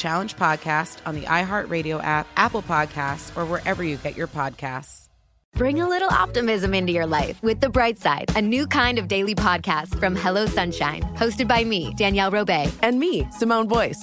Challenge podcast on the iHeartRadio app, Apple Podcasts, or wherever you get your podcasts. Bring a little optimism into your life with The Bright Side, a new kind of daily podcast from Hello Sunshine, hosted by me, Danielle Robay. And me, Simone Boyce.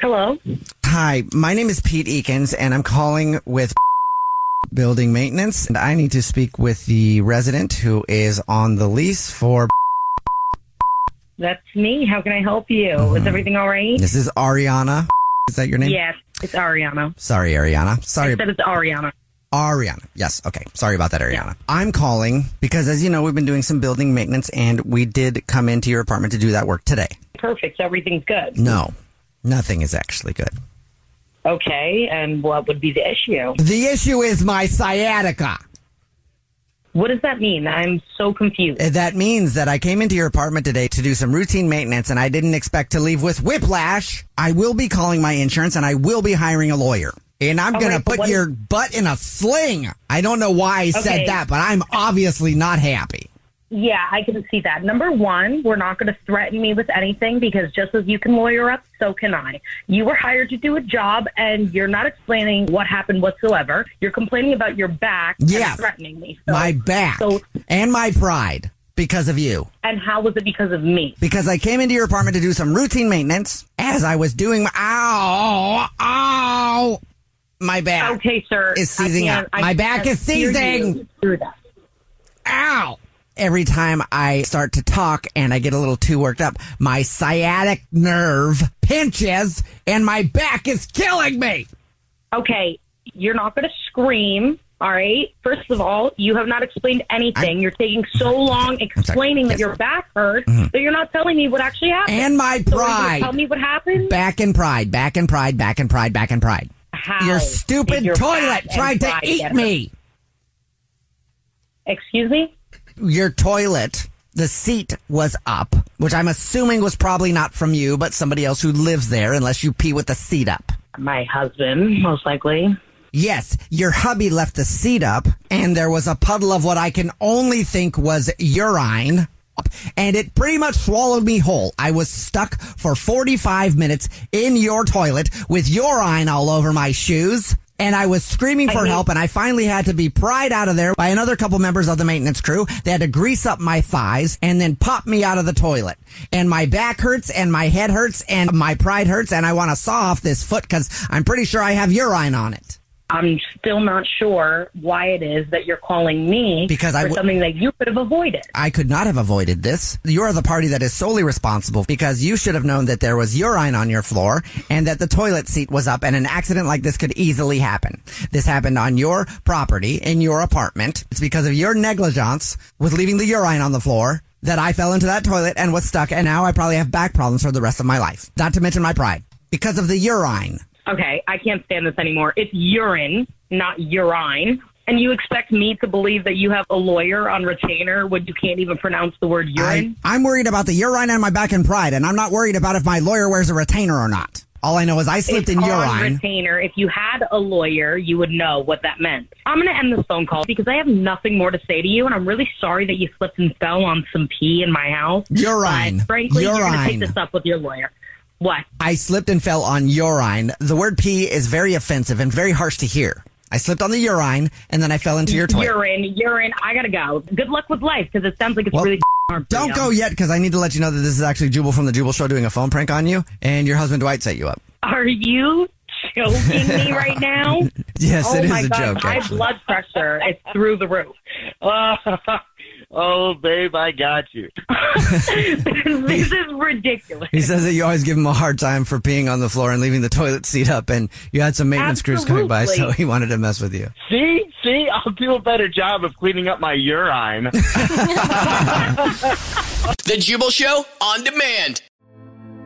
Hello. Hi, my name is Pete Eakins, and I'm calling with building maintenance, and I need to speak with the resident who is on the lease for. That's me. How can I help you? Is everything all right? This is Ariana. Is that your name? Yes, it's Ariana. Sorry, Ariana. Sorry. I said it's Ariana. Ariana. Yes. Okay. Sorry about that, Ariana. I'm calling because, as you know, we've been doing some building maintenance, and we did come into your apartment to do that work today. Perfect. So everything's good. No, nothing is actually good. Okay. And what would be the issue? The issue is my sciatica. What does that mean? I'm so confused. Uh, That means that I came into your apartment today to do some routine maintenance and I didn't expect to leave with whiplash. I will be calling my insurance and I will be hiring a lawyer. And I'm All going to right, but put what- your butt in a sling. I don't know why I Okay. said that, but I'm obviously not happy. Yeah, I can see that. Number one, we're not going to threaten me with anything because just as you can lawyer up, so can I. You were hired to do a job and you're not explaining what happened whatsoever. You're complaining about your back Yeah. and threatening me. So, my back So, and my pride because of you. and how was it because of me? Because I came into your apartment to do some routine maintenance as I was doing my. Ow! Ow! My back. Okay, sir. It's seizing I can't- up. I My back can't is hear you seizing. through that. ow every time i start to talk and i get a little too worked up my sciatic nerve pinches and my back is killing me Okay, you're not going to scream. All right. First of all, you have not explained anything. you're taking so long explaining that Yes. Mm-hmm. your back hurt that you're not telling me what actually happened. and my So are you gonna tell pride me what happened. back and pride back and pride back and pride back and pride How your did stupid your back toilet and tried to pride eat get me hurt? Excuse me. your toilet the seat was up which i'm assuming was probably not from you but somebody else who lives there unless you pee with the seat up My husband, most likely. Yes, your hubby left the seat up and there was a puddle of what I can only think was urine. And it pretty much swallowed me whole. I was stuck for 45 minutes in your toilet with urine all over my shoes. And I was screaming for help and I finally had to be pried out of there by another couple members of the maintenance crew. They had to grease up my thighs and then pop me out of the toilet. And my back hurts and my head hurts and my pride hurts and I want to saw off this foot because I'm pretty sure I have urine on it. I'm still not sure why it is that you're calling me Because for I w- something that you could have avoided. I could not have avoided this. You are the party that is solely responsible because you should have known that there was urine on your floor and that the toilet seat was up and an accident like this could easily happen. This happened on your property in your apartment. It's because of your negligence with leaving the urine on the floor that I fell into that toilet and was stuck and now I probably have back problems for the rest of my life. Not to mention my pride because of the urine. Okay, I can't stand this anymore. It's urine, not urine. And you expect me to believe that you have a lawyer on retainer when you can't even pronounce the word urine? I, am worried about the urine on my back and pride, and I'm not worried about if my lawyer wears a retainer or not. All I know is I slipped it's in on urine. retainer. If you had a lawyer, you would know what that meant. I'm going to end this phone call because I have nothing more to say to you, and I'm really sorry that you slipped and fell on some pee in my house. Urine. But frankly, you're going to Urine. take this up with your lawyer. What? I slipped and fell on urine. The word pee is very offensive and very harsh to hear. I slipped on the urine, and then I fell into your toilet. Urine, urine. I gotta go. Good luck with life because it sounds like it's Well, really hard. for Don't you. go yet because I need to let you know that this is actually Jubal from the Jubal Show doing a phone prank on you, and your husband Dwight set you up. Are you joking me right now? Yes, oh it is my a God, joke, My actually. blood pressure is through the roof. Oh, oh, babe, I got you. this is ridiculous. He says that you always give him a hard time for peeing on the floor and leaving the toilet seat up, and you had some maintenance crews coming by, so Absolutely. he wanted to mess with you. See, see, I'll do a better job of cleaning up my urine. The Jubal Show on demand.